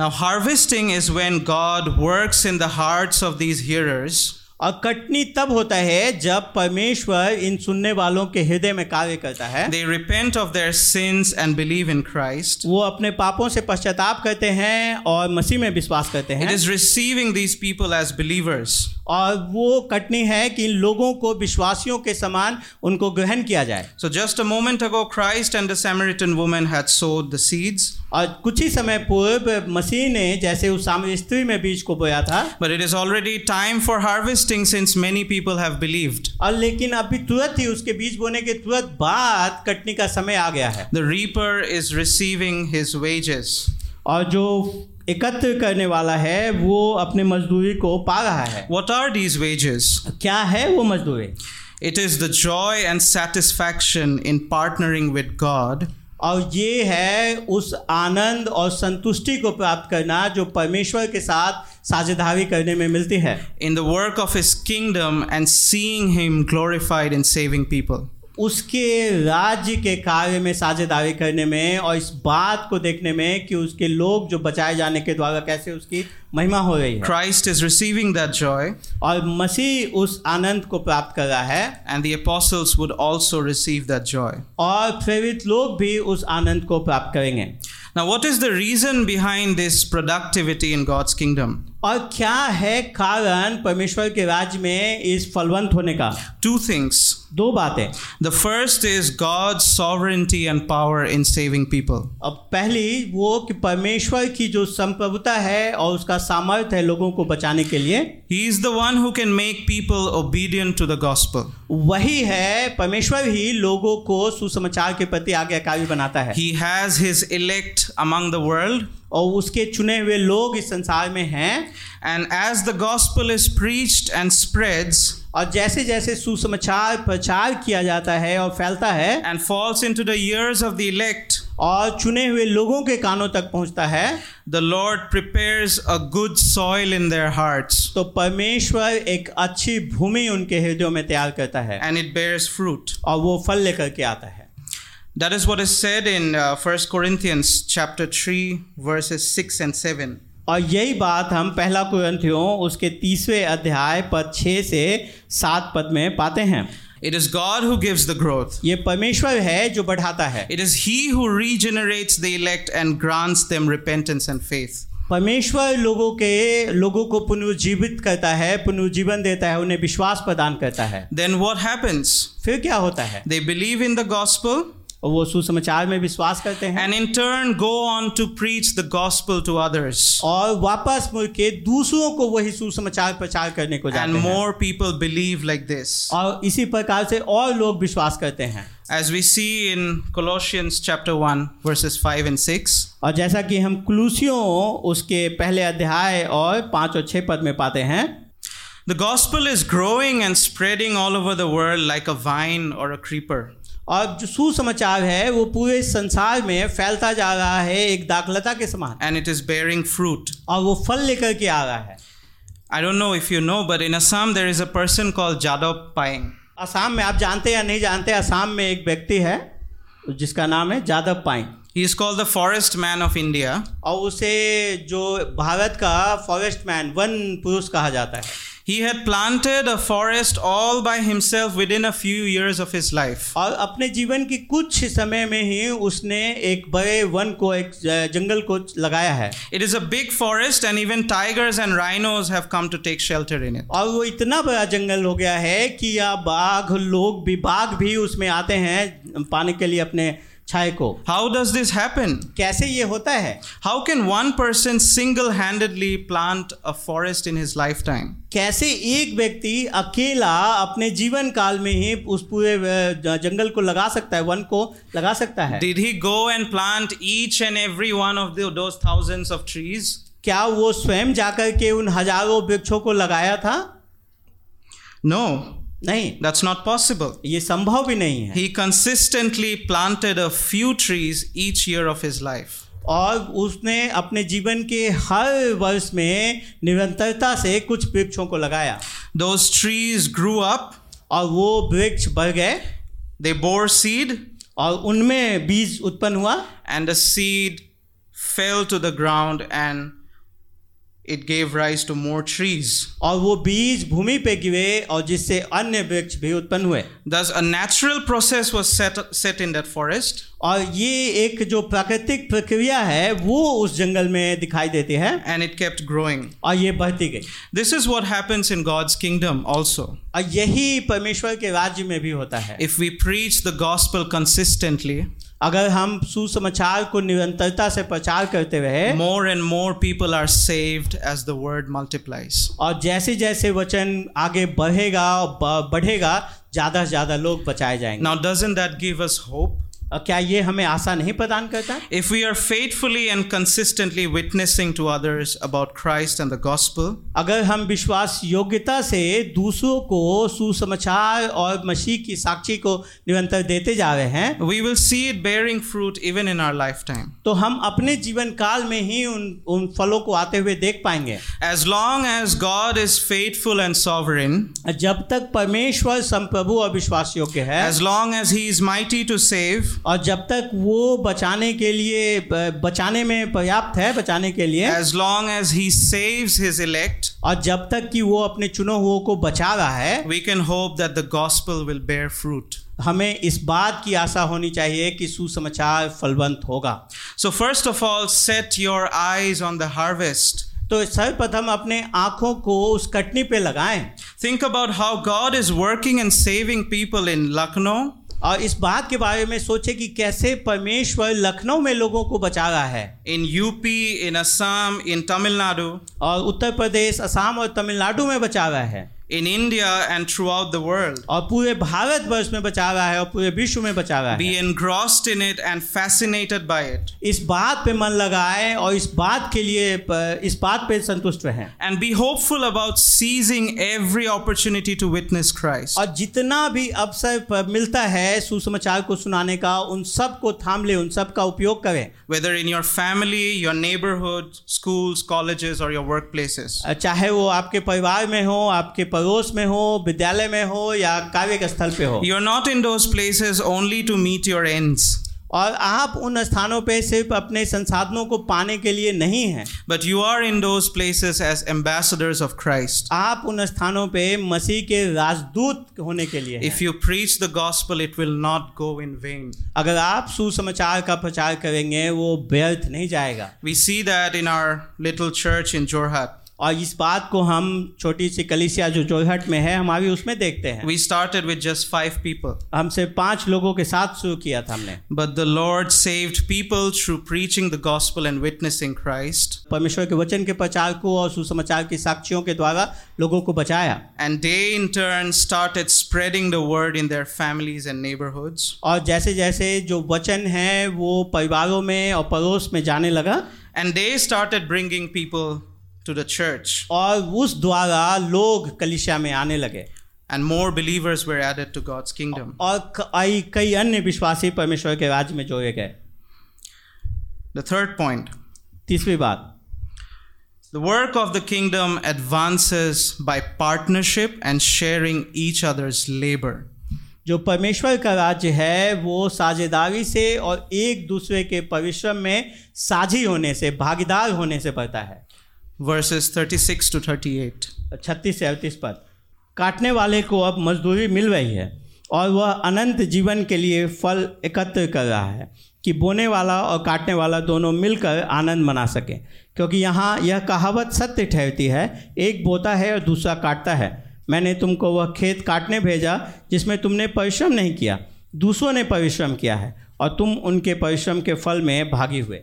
Now, harvesting is when God works in the hearts of these hearers
और कटनी तब होता है जब परमेश्वर इन सुनने वालों के हृदय में कार्य करता है
they repent of their sins and believe in Christ.
वो अपने पापों से पश्चाताप करते हैं और मसीह में विश्वास करते
It
हैं
is receiving these people as believers.
और वो कटनी है कि इन लोगों को विश्वासियों के समान उनको ग्रहण किया जाए
So, just a moment ago, Christ and the Samaritan woman had sowed the seeds,
और कुछ ही समय पूर्व मसीह ने जैसे उस सामरी स्त्री में बीज को बोया था
but it is already time for harvesting since many people have believed.
और लेकिन अभी तुरंत ही उसके बीज बोने के तुरंत बाद कटनी का समय आ गया है
The reaper is receiving his wages.
और जो एकत्र करने वाला है वो अपने मजदूरी को पा रहा है
What are these wages?
क्या है वो मजदूरी
It is the joy and satisfaction in partnering with God
और ये है उस आनंद और संतुष्टि को प्राप्त करना जो परमेश्वर के साथ साझेदारी करने में मिलती है
in the work of his kingdom and seeing him glorified in saving people.
उसके राज्य के कार्य में साझेदारी करने में और इस बात को देखने में कि उसके लोग जो बचाए जाने के द्वारा कैसे उसकी महिमा हो रही है
Christ is receiving that joy,
और मसीह उस आनंद को प्राप्त कर रहा है
and the apostles would also receive that joy.
और प्रेरित लोग भी उस आनंद को प्राप्त करेंगे
Now, what is the reason behind this productivity in God's kingdom?
और क्या है कारण परमेश्वर के राज्य में इस फलवंत होने का
Two things.
दो बातें
The first is God's sovereignty and power in saving people.
अब पहली वो कि परमेश्वर की जो संप्रभुता है और उसका सामर्थ्य है लोगों को बचाने के लिए
He is the one who can make people obedient to the gospel.
वही है परमेश्वर ही लोगों को सुसमाचार के प्रति आज्ञाकारी बनाता है
He has his elect among the world,
और उसके चुने हुए लोग इस संसार में हैं
and as the gospel is preached and spreads
और जैसे जैसे सुसमाचार प्रचार किया जाता है और फैलता है
and falls into the ears of the elect,
और चुने हुए लोगों के कानों तक पहुंचता है
the Lord prepares a good soil in their hearts
तो परमेश्वर एक अच्छी भूमि उनके हृदयों में तैयार करता है
and it bears fruit.
और वो फल लेकर के आता है
That is what is said in uh, 1 Corinthians chapter 3 verses 6 and 7.
और यही बात हम पहला कुरंथियों उसके तीसवें अध्याय पद छः से सात पद में पाते हैं
It is God who gives the growth.
ये परमेश्वर है जो बढ़ाता है
It is He who regenerates the elect and grants them repentance and faith.
परमेश्वर लोगों के लोगों को पुनर्जीवित करता है पुनर्जीवन देता है उन्हें विश्वास प्रदान करता है
Then what happens?
फिर क्या होता है
They believe in the gospel
वो सुसमाचार में विश्वास करते हैं
and in turn go on to preach the gospel to others.
और वापस मुड़ के दूसरों को वही सुसमाचार प्रचार करने को
And
जाते हैं
more people believe like this.
और इसी प्रकार से और लोग विश्वास करते हैं
As we see in Colossians chapter 1 verses 5 and 6,
और जैसा कि हम क्लूसियों उसके पहले अध्याय और पाँच और छः पद में पाते हैं
the gospel is growing and spreading all over the world like a vine or a creeper.
और जो सुसमाचार है वो पूरे संसार में फैलता जा रहा है एक दाखलता के समान
And it is bearing fruit.
और वो फल लेकर के आ रहा है
I don't know if you know, but in Assam there is a person called Jadop Paing.
Assam में आप जानते या नहीं जानते असम में एक व्यक्ति है जिसका नाम है जादव पाई
He is called the forest man of India.
और उसे जो भारत का फॉरेस्ट मैन वन पुरुष कहा जाता है
He had planted a forest all by himself within a few years of his life.
और अपने जीवन के कुछ समय में ही उसने एक बड़े वन को एक ज- जंगल को लगाया है
It is a big forest, and even tigers and rhinos have come to take shelter in it.
और वो इतना बड़ा जंगल हो गया है कि यह बाघ लोग भी बाघ भी उसमें आते हैं पाने के लिए अपने छाए को
How does this happen?
कैसे ये होता है
How can one person single handedly plant a forest in his lifetime?
कैसे एक व्यक्ति अकेला अपने जीवन काल में ही उस पूरे अ, जंगल को लगा सकता है वन को लगा सकता है
Did he go and plant each and every one of the- those thousands of trees?
क्या वो स्वयं जाकर के उन हजारों वृक्षों को लगाया था
No,
नहीं
that's not possible.
ये संभव भी नहीं है
He consistently planted a few trees each year of his life.
और उसने अपने जीवन के हर वर्ष में निरंतरता से कुछ वृक्षों को लगाया
Those trees grew up,
और वो वृक्ष बढ़ गए
they bore seed,
और उनमें बीज उत्पन्न हुआ
and the seed fell to the ground and it gave rise to more trees.
और वो बीज भूमि पे गिरे और जिससे अन्य वृक्ष भी उत्पन्न हुए
Thus, a natural process was set, set in that forest,
और ये एक जो प्राकृतिक प्रक्रिया है वो उस जंगल में दिखाई देती है
and it kept growing.
और ये बढ़ती गई
This is what happens in God's kingdom also.
और यही परमेश्वर के राज्य में भी होता है
If we preach the gospel consistently,
अगर हम सुसमाचार को निरंतरता से प्रचार करते रहे
more and more people are saved as the word multiplies.
और जैसे जैसे वचन आगे बढ़ेगा और ब- बढ़ेगा ज़्यादा से ज़्यादा लोग बचाए जाएंगे
Now, doesn't that give us hope?
और क्या ये हमें आशा नहीं प्रदान करता
If we are faithfully and consistently witnessing to others about Christ and the gospel,
अगर हम विश्वास योग्यता से दूसरों को सुसमाचार और मसीह की साक्षी को निरंतर देते जा रहे हैं
we will see it bearing fruit even in our lifetime.
तो हम अपने जीवन काल में ही उन उन फलों को आते हुए देख पाएंगे
As long as God is faithful and sovereign,
जब तक परमेश्वर संप्रभु और विश्वास योग्य है
as long as He is mighty to save,
और जब तक वो बचाने के लिए ब- बचाने में पर्याप्त है बचाने के लिए
as long as He saves His elect,
और जब तक कि वो अपने चुने हुओं को बचा रहा है
we can hope that the gospel will bear fruit.
हमें इस बात की आशा होनी चाहिए कि सुसमाचार फलवंत होगा
So, first of all, set your eyes on the harvest.
तो सर्वप्रथम अपने आंखों को उस कटनी पे लगाएं
Think about how God is working and saving people in Lucknow,
और इस बात के बारे में सोचें कि कैसे परमेश्वर लखनऊ में लोगों को बचा रहा है
in UP, in Assam, in Tamil Nadu,
और उत्तर प्रदेश असम और तमिलनाडु में बचा रहा है
in India, and throughout the world.
और पूरे भारतवर्ष में बचा रहा है और पूरे विश्व में बचा रहा
Be
है
engrossed in it and fascinated by it.
इस बात पे मन लगाएं और इस बात के लिए इस बात पे संतुष्ट रहें
And be hopeful about seizing every opportunity to witness Christ.
और जितना भी अवसर प- मिलता है सुसमाचार को सुनाने का उन सब को थाम ले उन सब का उपयोग करें
Whether in your family, your neighborhood, schools, colleges, or your workplaces.
अ, चाहे वो आपके परिवार में हो आपके पड़ोस में हो विद्यालय में हो या कार्य स्थल पे हो
You're not in those places only to meet your ends.
और आप उन स्थानों पे सिर्फ अपने संसाधनों को पाने के लिए नहीं हैं
But you are in those places as ambassadors of Christ.
आप उन स्थानों पे मसीह के राजदूत होने के लिए हैं।
If you preach the gospel, it will not go in vain.
अगर आप सुसमाचार का प्रचार करेंगे वो व्यर्थ नहीं जाएगा
We see that in our little church in Jorhat.
और इस बात को हम छोटी सी कलिसिया जो जोहट में है हमारी उसमें देखते हैं
We started with just five people,
हमसे पांच लोगों के साथ शुरू किया था हमने
but the Lord saved people through preaching the gospel and witnessing Christ.
परमेश्वर के वचन के प्रचार को और सुसमाचार की साक्षियों के द्वारा लोगों को बचाया
And they in turn started spreading the word in their families and neighborhoods.
और जैसे जैसे जो वचन है वो परिवारों में और पड़ोस में जाने लगा
And they started bringing people to the church.
और उस द्वारा लोग कलिसिया में आने लगे
And more believers were added to God's kingdom.
और कई कई अन्य विश्वासी परमेश्वर के राज्य में जोड़े गए
The third point
तीसरी बात
the work of the kingdom advances by partnership and sharing each other's labor.
जो परमेश्वर का राज्य है वो साझेदारी से और एक दूसरे के परिश्रम में साझी होने से भागीदार होने से बढ़ता है
Verses 36 to 38.
छत्तीस से अड़तीस पद काटने वाले को अब मजदूरी मिल रही है और वह अनंत जीवन के लिए फल एकत्र कर रहा है कि बोने वाला और काटने वाला दोनों मिलकर आनंद मना सके क्योंकि यहाँ यह कहावत सत्य ठहरती है एक बोता है और दूसरा काटता है मैंने तुमको वह खेत काटने भेजा जिसमें तुमने परिश्रम नहीं किया दूसरों ने परिश्रम किया है और तुम उनके परिश्रम के फल में भागी हुए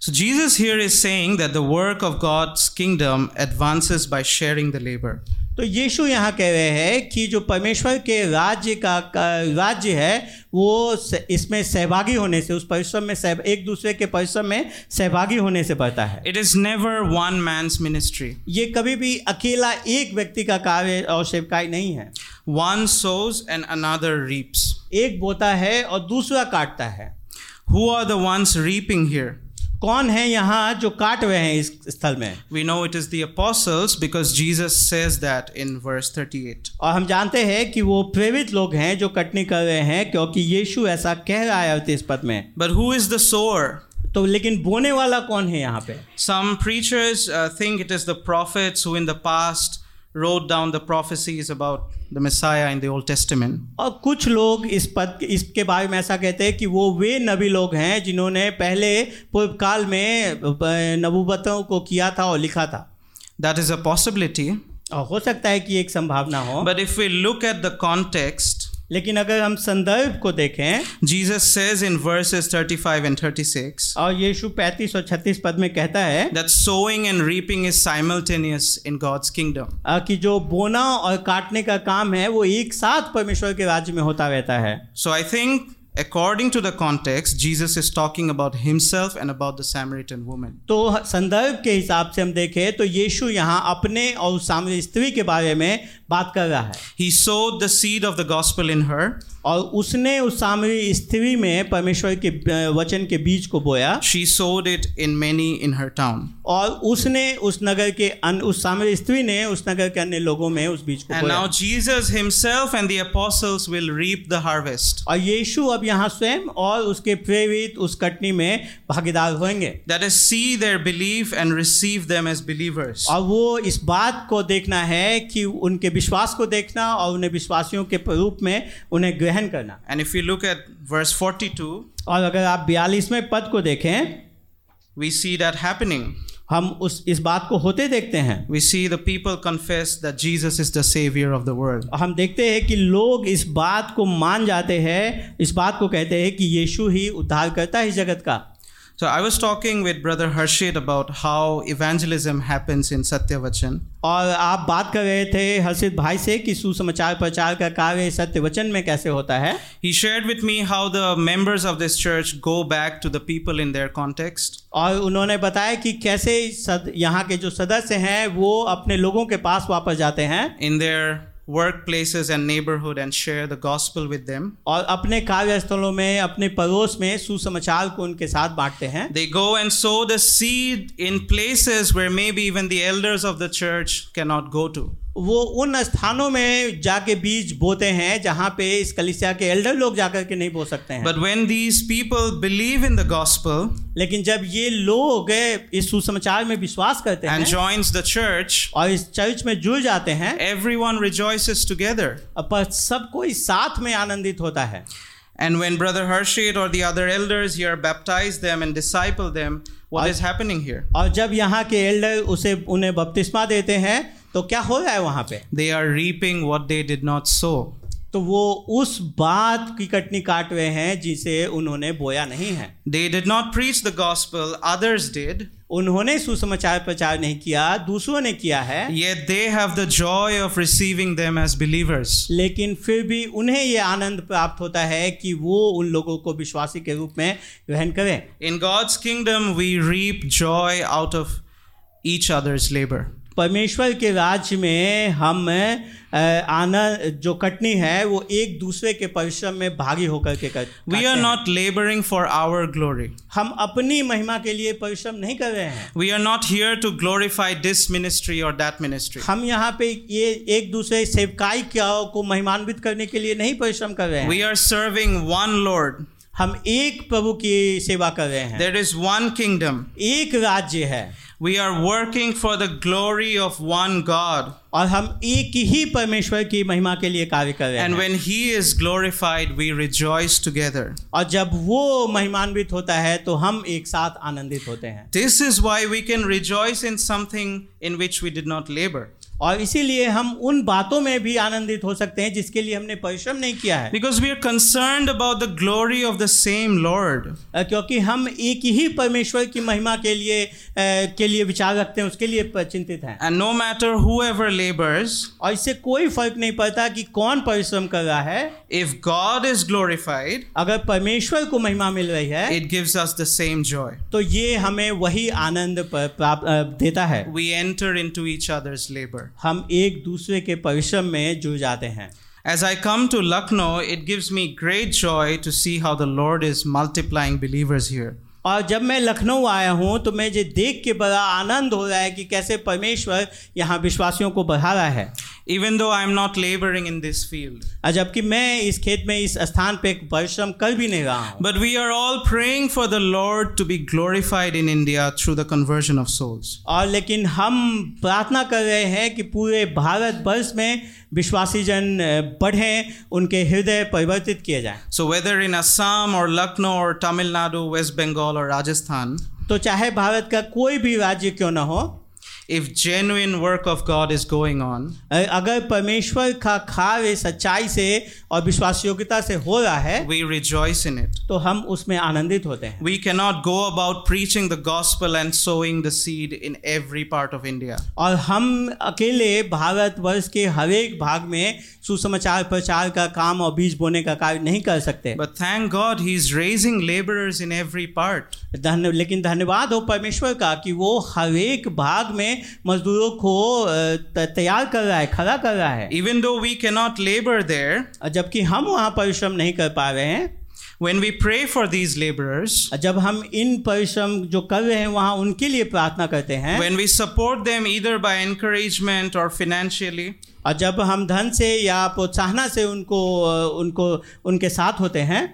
So Jesus here is saying that the work of God's kingdom advances by sharing the labor.
तो यीशु यहाँ कह रहे हैं कि जो परमेश्वर के राज्य का, का राज्य है वो स- इसमें सहभागी होने से उस परिश्रम में सह एक दूसरे के परिश्रम में सहभागी होने से बढ़ता है
It is never one man's ministry.
ये कभी भी अकेला एक व्यक्ति का कार्य और सेवकाई नहीं है
One sows and another reaps.
एक बोता है और दूसरा काटता है
Who are the ones reaping here?
कौन है यहाँ जो काट रहे हैं इस स्थल में
We know it is the apostles because Jesus says that in verse 38.
और हम जानते हैं कि वो प्रेरित लोग हैं जो कटनी कर रहे हैं क्योंकि यीशु ऐसा कह रहा है अड़तीस पद में
But who is the sower?
तो लेकिन बोने वाला कौन है यहाँ पे
Some preachers uh, think it is the prophets who in the past wrote down the prophecies about the Messiah in the Old Testament.
और कुछ लोग इस पद इसके बारे में ऐसा कहते हैं कि वो वे नबी लोग हैं जिन्होंने पहले पूर्व काल में अ, नबूवतों को किया था और लिखा था
That is a possibility.
और हो सकता है कि एक संभावना हो
But if we look at the context,
लेकिन अगर हम संदर्भ को देखें
Jesus says in verses 35 and 36
और यीशु 35 और 36 पद में कहता है
that sowing and reaping is simultaneous in God's kingdom.
अ, कि जो बोना और काटने का काम है वो एक साथ परमेश्वर के राज्य में होता रहता है
So I think, according to the context, Jesus is talking about himself and about the Samaritan woman.
तो संदर्भ के हिसाब से हम देखें तो यीशु यहाँ अपने और उस सामने स्त्री के बारे में बात कर रहा है
He sowed the seed of the gospel in her.
और उसने उस सामरी स्त्री में परमेश्वर के अ, वचन के बीज को बोया
She sowed it in many in her town.
और उसने उस नगर के अन, उस सामरी स्त्री ने उस नगर के अन्य लोगों में उस बीज को
And now
बोया
Jesus himself and the apostles will reap the harvest.
और यीशु अब यहाँ स्वयं और उसके प्रेरित उस कटनी में भागीदार होंगे
That is, see their belief and receive them as believers.
और वो इस बात को देखना है कि उनके विश्वास को देखना और उन्हें विश्वासियों के रूप में उन्हें ग्रहण करना
And if you look at verse 42,
और अगर आप बयालीसवें पद को देखें
we see that happening.
हम उस इस बात को होते देखते हैं
We see the people confess that Jesus is the Savior of the world.
हम देखते हैं कि लोग इस बात को मान जाते हैं इस बात को कहते हैं कि यीशु ही उद्धार करता है इस जगत का
So I was talking with Brother Harshid about how evangelism happens in Satyavachan.
और आप बात कर रहे थे हर्षित भाई से कि सुसमाचार प्रचार का कार्य सत्य वचन में कैसे होता है
He shared with me how the members of this church go back to the people in their context
और उन्होंने बताया कि कैसे सद यहाँ के जो सदस्य हैं वो अपने लोगों के पास वापस जाते हैं
in their workplaces and neighborhood and share the gospel with them.
और अपने कार्यस्थलों में अपने पड़ोस में सुसमाचार को उनके साथ बांटते हैं
They go and sow the seed in places where maybe even the elders of the church cannot go to.
वो उन स्थानों में जाके बीज बोते हैं जहाँ पे इस कलिसिया के एल्डर लोग जाकर के नहीं बो सकते हैं
But when these people believe in the gospel
लेकिन जब ये लोग इस सुसमाचार में विश्वास करते
and
हैं
joins the church,
और इस चर्च में जुड़ जाते हैं
everyone rejoices together.
पर सब कोई साथ में आनंदित होता है
And when Brother Harshit or the other elders here baptize them and disciple them, what
I-
is happening here?
और जब यहाँ के एल्डर उसे उन्हें बपतिस्मा देते हैं तो क्या हो रहा है वहाँ पे
They are reaping what they did not sow.
तो वो उस बात की कटनी काट रहे हैं जिसे उन्होंने बोया नहीं है
They did not preach the gospel, others did,
उन्होंने सुसमाचार प्रचार नहीं किया दूसरों ने किया है
yet they have the joy of receiving them as believers.
लेकिन फिर भी उन्हें ये आनंद प्राप्त होता है कि वो उन लोगों को विश्वासी के रूप में ग्रहण करें
In God's kingdom, we reap joy out of each other's labor.
परमेश्वर के राज्य में हम अ, आनंद जो कटनी है वो एक दूसरे के परिश्रम में भागी होकर के कर
We
काटते
are
हैं।
not laboring for our glory.
हम अपनी महिमा के लिए परिश्रम नहीं कर रहे हैं
We are not here to glorify this ministry or that ministry.
हम यहाँ पे ये एक दूसरे सेवकाई क्या को महिमान्वित करने के लिए नहीं परिश्रम कर रहे हैं
We are serving one Lord.
हम एक प्रभु की सेवा कर रहे हैं
There is one kingdom.
एक राज्य है
We are working for the glory of one God.
और हम एक ही परमेश्वर की महिमा के लिए कार्य कर रहे
And
हैं
when He is glorified, we rejoice together.
और जब वो महिमान्वित होता है तो हम एक साथ आनंदित होते हैं
This is why we can rejoice in something in which we did not labor.
और इसीलिए हम उन बातों में भी आनंदित हो सकते हैं जिसके लिए हमने परिश्रम नहीं किया है
Because we are concerned about the glory of the same Lord.
अ, क्योंकि हम एक ही परमेश्वर की महिमा के लिए अ, के लिए विचार रखते हैं उसके लिए चिंतित हैं
And no matter whoever labors,
और इससे कोई फर्क नहीं पड़ता कि कौन परिश्रम कर रहा है
if God is glorified,
अगर परमेश्वर को महिमा मिल रही है
it gives us the same joy.
तो ये हमें वही आनंद प- प्राप्त अ, देता है
We enter into each other's labor.
हम एक दूसरे के परिश्रम में जुड़ जाते हैं
As I come to Lucknow, it gives me great joy to see how the Lord is multiplying believers here.
और जब मैं लखनऊ आया हूँ तो मैं ये देख के बड़ा आनंद हो रहा है कि कैसे परमेश्वर यहाँ विश्वासियों को बढ़ा रहा है
Even though I'm not laboring in this field,
और जबकि मैं इस खेत में इस स्थान पे परिश्रम कर भी नहीं रहा हूँ
but we are all praying for the Lord to be glorified in India through the conversion of souls.
और लेकिन हम प्रार्थना कर रहे हैं कि पूरे भारतवर्ष में विश्वासी जन अ, बढ़ें उनके हृदय परिवर्तित किए जाएं
So, whether in Assam or Lucknow or Tamil Nadu, West Bengal or Rajasthan,
तो चाहे भारत का कोई भी राज्य क्यों ना हो
if genuine work of God is going on,
अ, अगर परमेश्वर का कार्य सच्चाई से और विश्वास योग्यता से हो रहा है
we rejoice in it.
तो हम उसमें आनंदित होते हैं
We cannot go about preaching the gospel and sowing the seed in every part of India.
और हम अकेले भारतवर्ष के हर एक भाग में सुसमाचार प्रचार का काम और बीज बोने का कार्य नहीं कर सकते
But thank God he's raising laborers in every part.
धन्य लेकिन धन्यवाद हो परमेश्वर का कि वो हर एक भाग में मजदूरों को अ, त- तैयार कर रहा है खड़ा कर रहा है
Even though we cannot labor there,
और जबकि हम वहाँ परिश्रम नहीं कर पा रहे हैं
when we pray for these laborers,
और जब हम इन परिश्रम जो कर रहे हैं वहाँ उनके लिए प्रार्थना करते हैं
when we support them either by encouragement or financially,
और जब हम धन से या प्रोत्साहना से उनको अ, उनको उनके साथ होते हैं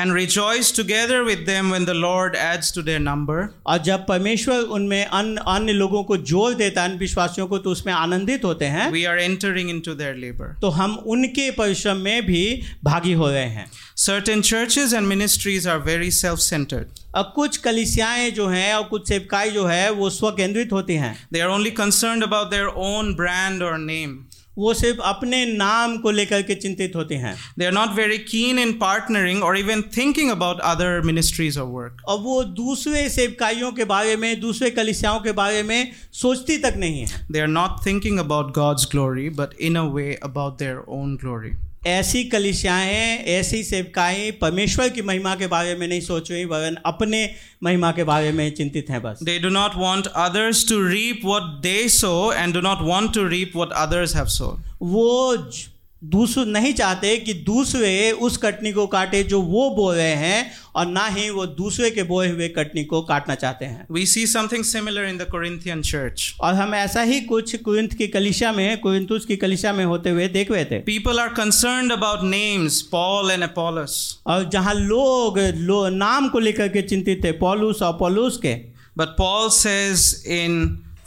and rejoice together with them when the Lord adds to their number,
और जब परमेश्वर उनमें अन्य अन्य लोगों को जोर देता है अन्य विश्वासियों को तो उसमें आनंदित होते हैं
we are entering into their labor.
तो हम उनके परिश्रम में भी भागी हो रहे हैं
Certain churches and ministries are very self centered.
और कुछ कलिसियाएं जो हैं और कुछ सेवकाई जो है वो स्वकेंद्रित होती हैं
They are only concerned about their own brand or name.
वो सिर्फ अपने नाम को लेकर के चिंतित होती हैं
They are not very keen in partnering or even thinking about other ministries or work.
और वो दूसरे सेवकाइयों के बारे में दूसरे कलिसियाओं के बारे में सोचती तक नहीं है
They are not thinking about God's glory, but in a way about their own glory.
ऐसी कलिसियाएं ऐसी सेवकाएं परमेश्वर की महिमा के बारे में नहीं सोच रही वरन अपने महिमा के बारे में चिंतित हैं बस
They do not want others to reap what they sow and do not want to reap what others have sown.
वो ज- दूसरे नहीं चाहते कि दूसरे उस कटनी को काटे जो वो बो रहे हैं और ना ही वो दूसरे के बोए हुए कटनी को काटना चाहते हैं
We see something similar in the Corinthian church.
और हम ऐसा ही कुछ कुंत की कलिशा में कुंतुस की कलिशा में होते हुए देख रहे थे
People are concerned about names, Paul and Apollos.
और जहाँ लोग लो, नाम को लेकर के चिंतित थे पौलुस और पौलुस के
But Paul says in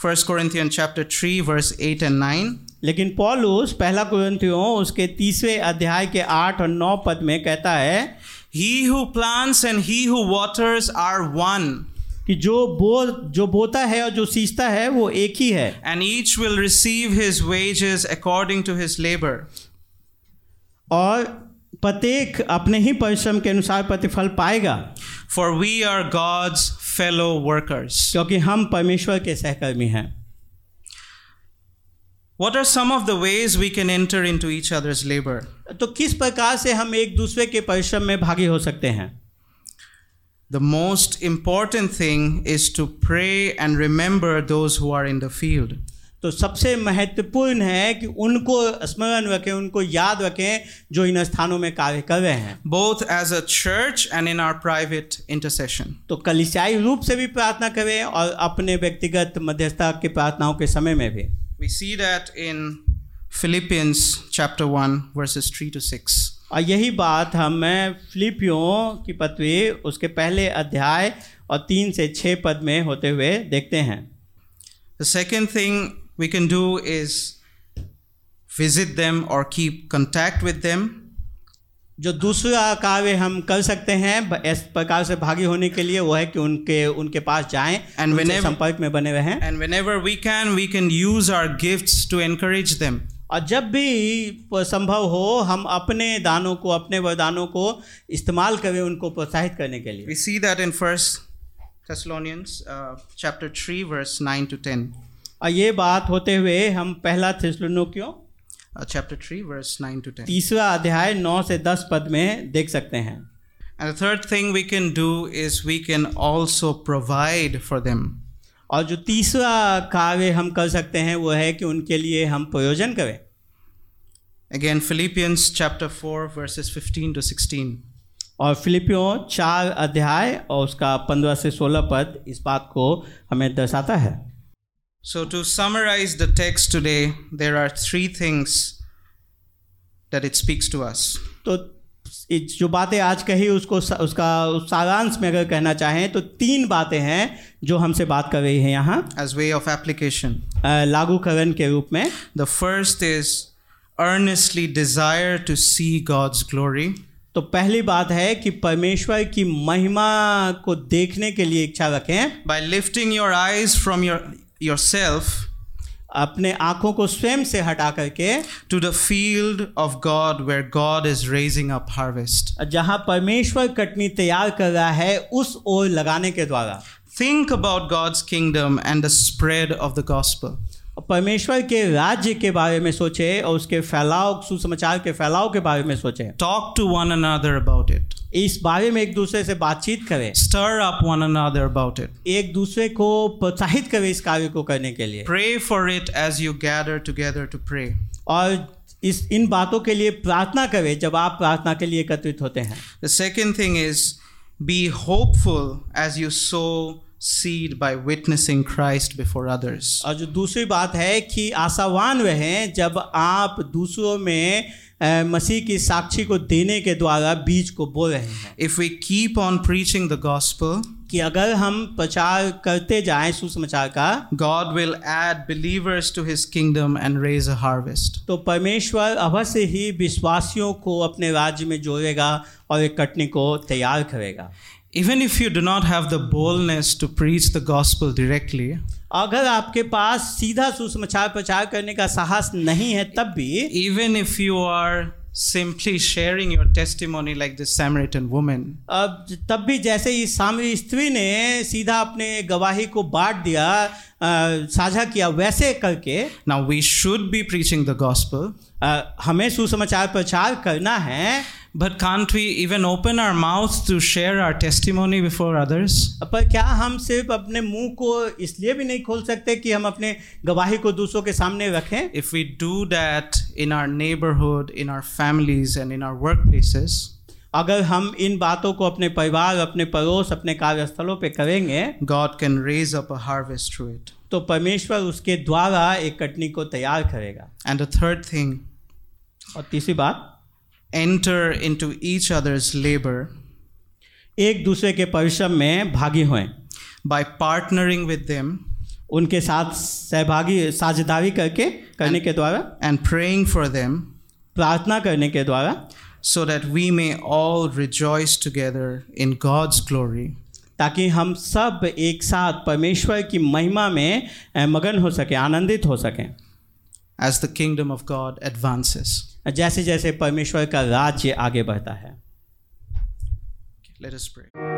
1 Corinthians chapter 3 verse 8 and 9,
लेकिन पौलुस पहला कुंतियों उसके तीसरे अध्याय के आठ और नौ पद में कहता है
he who plants and he who waters are one,
कि जो बो जो बोता है और जो सींचता है वो एक ही है
and each will receive his wages according to his labor.
और प्रत्येक अपने ही परिश्रम के अनुसार प्रतिफल पाएगा
For we are God's fellow workers.
क्योंकि हम परमेश्वर के सहकर्मी हैं
What are some of the ways we can enter into each other's labor?
तो किस प्रकार से हम एक दूसरे के परिश्रम में भागी हो सकते हैं
The most important thing is to pray and remember those who are in the field.
तो सबसे महत्वपूर्ण है कि उनको स्मरण रखें उनको याद रखें जो इन स्थानों में कार्य कर रहे हैं
both as a church and in our private intercession.
तो कलिसियाई रूप से भी प्रार्थना करें और अपने व्यक्तिगत मध्यस्थता की प्रार्थनाओं के समय में भी
We see that in Philippians chapter 1 verses 3 to 6.
और यही बात हमें फिलिपियों की पत्री उसके पहले अध्याय और तीन से छः पद में होते हुए देखते हैं
The second thing we can do is visit them or keep contact with them.
जो दूसरा कार्य हम कर सकते हैं ब- इस प्रकार से भागी होने के लिए वो है कि उनके उनके पास जाएं
And
उनसे
whenever-
संपर्क में बने रहें
And whenever we can, we can use our gifts to encourage them.
और जब भी प- संभव हो हम अपने दानों को अपने वरदानों को इस्तेमाल करें उनको प्रोत्साहित करने के लिए
We see that in First Thessalonians uh, chapter 3 verse 9 to 10.
और ये बात होते हुए हम पहला थिस्सलुनीकियों
Uh, chapter 3 verse 9 to 10.
तीसरा अध्याय नौ से दस पद में देख सकते हैं
And the third thing we can do is we can also provide for them.
और जो तीसरा कार्य हम कर सकते हैं वो है कि उनके लिए हम प्रयोजन करें
Again, Philippians chapter 4, verses 15 to 16.
और फिलिपियों चार अध्याय और उसका पंद्रह से सोलह पद इस बात को हमें दर्शाता है
So, to summarize the text today, there are three things that it speaks to us.
तो ये जो बातें आज कही उसको सा- उसका उस सारांश में अगर कहना चाहें तो तीन बातें हैं जो हमसे बात कर रही हैं यहाँ
as way of application
अ, लागूकरण के रूप में
the first is earnestly desire to see god's glory
तो पहली बात है कि परमेश्वर की महिमा को देखने के लिए इच्छा रखें
by lifting your eyes from your yourself
अपने आँखों को स्वयं से हटा करके
to the field of god where god is raising up harvest
जहां परमेश्वर कटनी तैयार कर रहा है उस ओर लगाने के द्वारा
think about god's kingdom and the spread of the gospel
और परमेश्वर के राज्य के बारे में सोचे और उसके फैलाव सुसमाचार के फैलाव के बारे में सोचे
talk to one another about it
इस बारे में एक दूसरे से बातचीत करें
stir up one another about it
एक दूसरे को प्रोत्साहित करें इस कार्य को करने के लिए
pray for it as you gather together to pray
और इस इन बातों के लिए प्रार्थना करें जब आप प्रार्थना के लिए एकत्रित होते हैं
the second thing is be hopeful as you sow seed by witnessing christ before others
और जो दूसरी बात है कि आशावान रहें जब आप दूसरों में अ, मसीह की साक्षी को देने के द्वारा बीज को बो रहे हैं
if we keep on preaching the gospel
कि अगर हम प्रचार करते जाएं सुसमाचार का
god will add believers to his kingdom and raise a harvest
तो परमेश्वर अवश्य ही विश्वासियों को अपने राज्य में जोड़ेगा और एक कटनी को तैयार करेगा
even if you do not have the boldness to preach the gospel directly
अगर आपके पास सीधा सुसमाचार प्रचार करने का साहस नहीं है तब भी
even if you are simply sharing your testimony like this Samaritan woman,
अब तब भी जैसे इस सामरी स्त्री ने सीधा अपने गवाही को बांट दिया अ, साझा किया वैसे करके
now we should be preaching the gospel,
अ, हमें सुसमाचार प्रचार करना है
But can't we even open our mouths to share our testimony before others?
पर क्या हम सिर्फ अपने मुंह को इसलिए भी नहीं खोल सकते कि हम अपने गवाही को दूसरों के सामने रखें
If we do that in our neighborhood, in our families, and in our workplaces,
अगर हम इन बातों को अपने परिवार अपने पड़ोस अपने कार्यस्थलों पे करेंगे
God can raise up a harvest through it.
तो परमेश्वर उसके द्वारा एक कटनी को तैयार करेगा
And the third thing,
और तीसरी बात
enter into each other's labor
एक दूसरे के परिश्रम में भागी हों
by partnering with them
उनके साथ सहभागी साझेदारी करके करने के द्वारा
and praying for them
प्रार्थना करने के द्वारा
so that we may all rejoice together in God's glory.
ताकि हम सब एक साथ परमेश्वर की महिमा में अ, मगन हो सके आनंदित हो सकें
as the kingdom of God advances.
जैसे जैसे परमेश्वर का राज्य आगे बढ़ता है
Let us pray.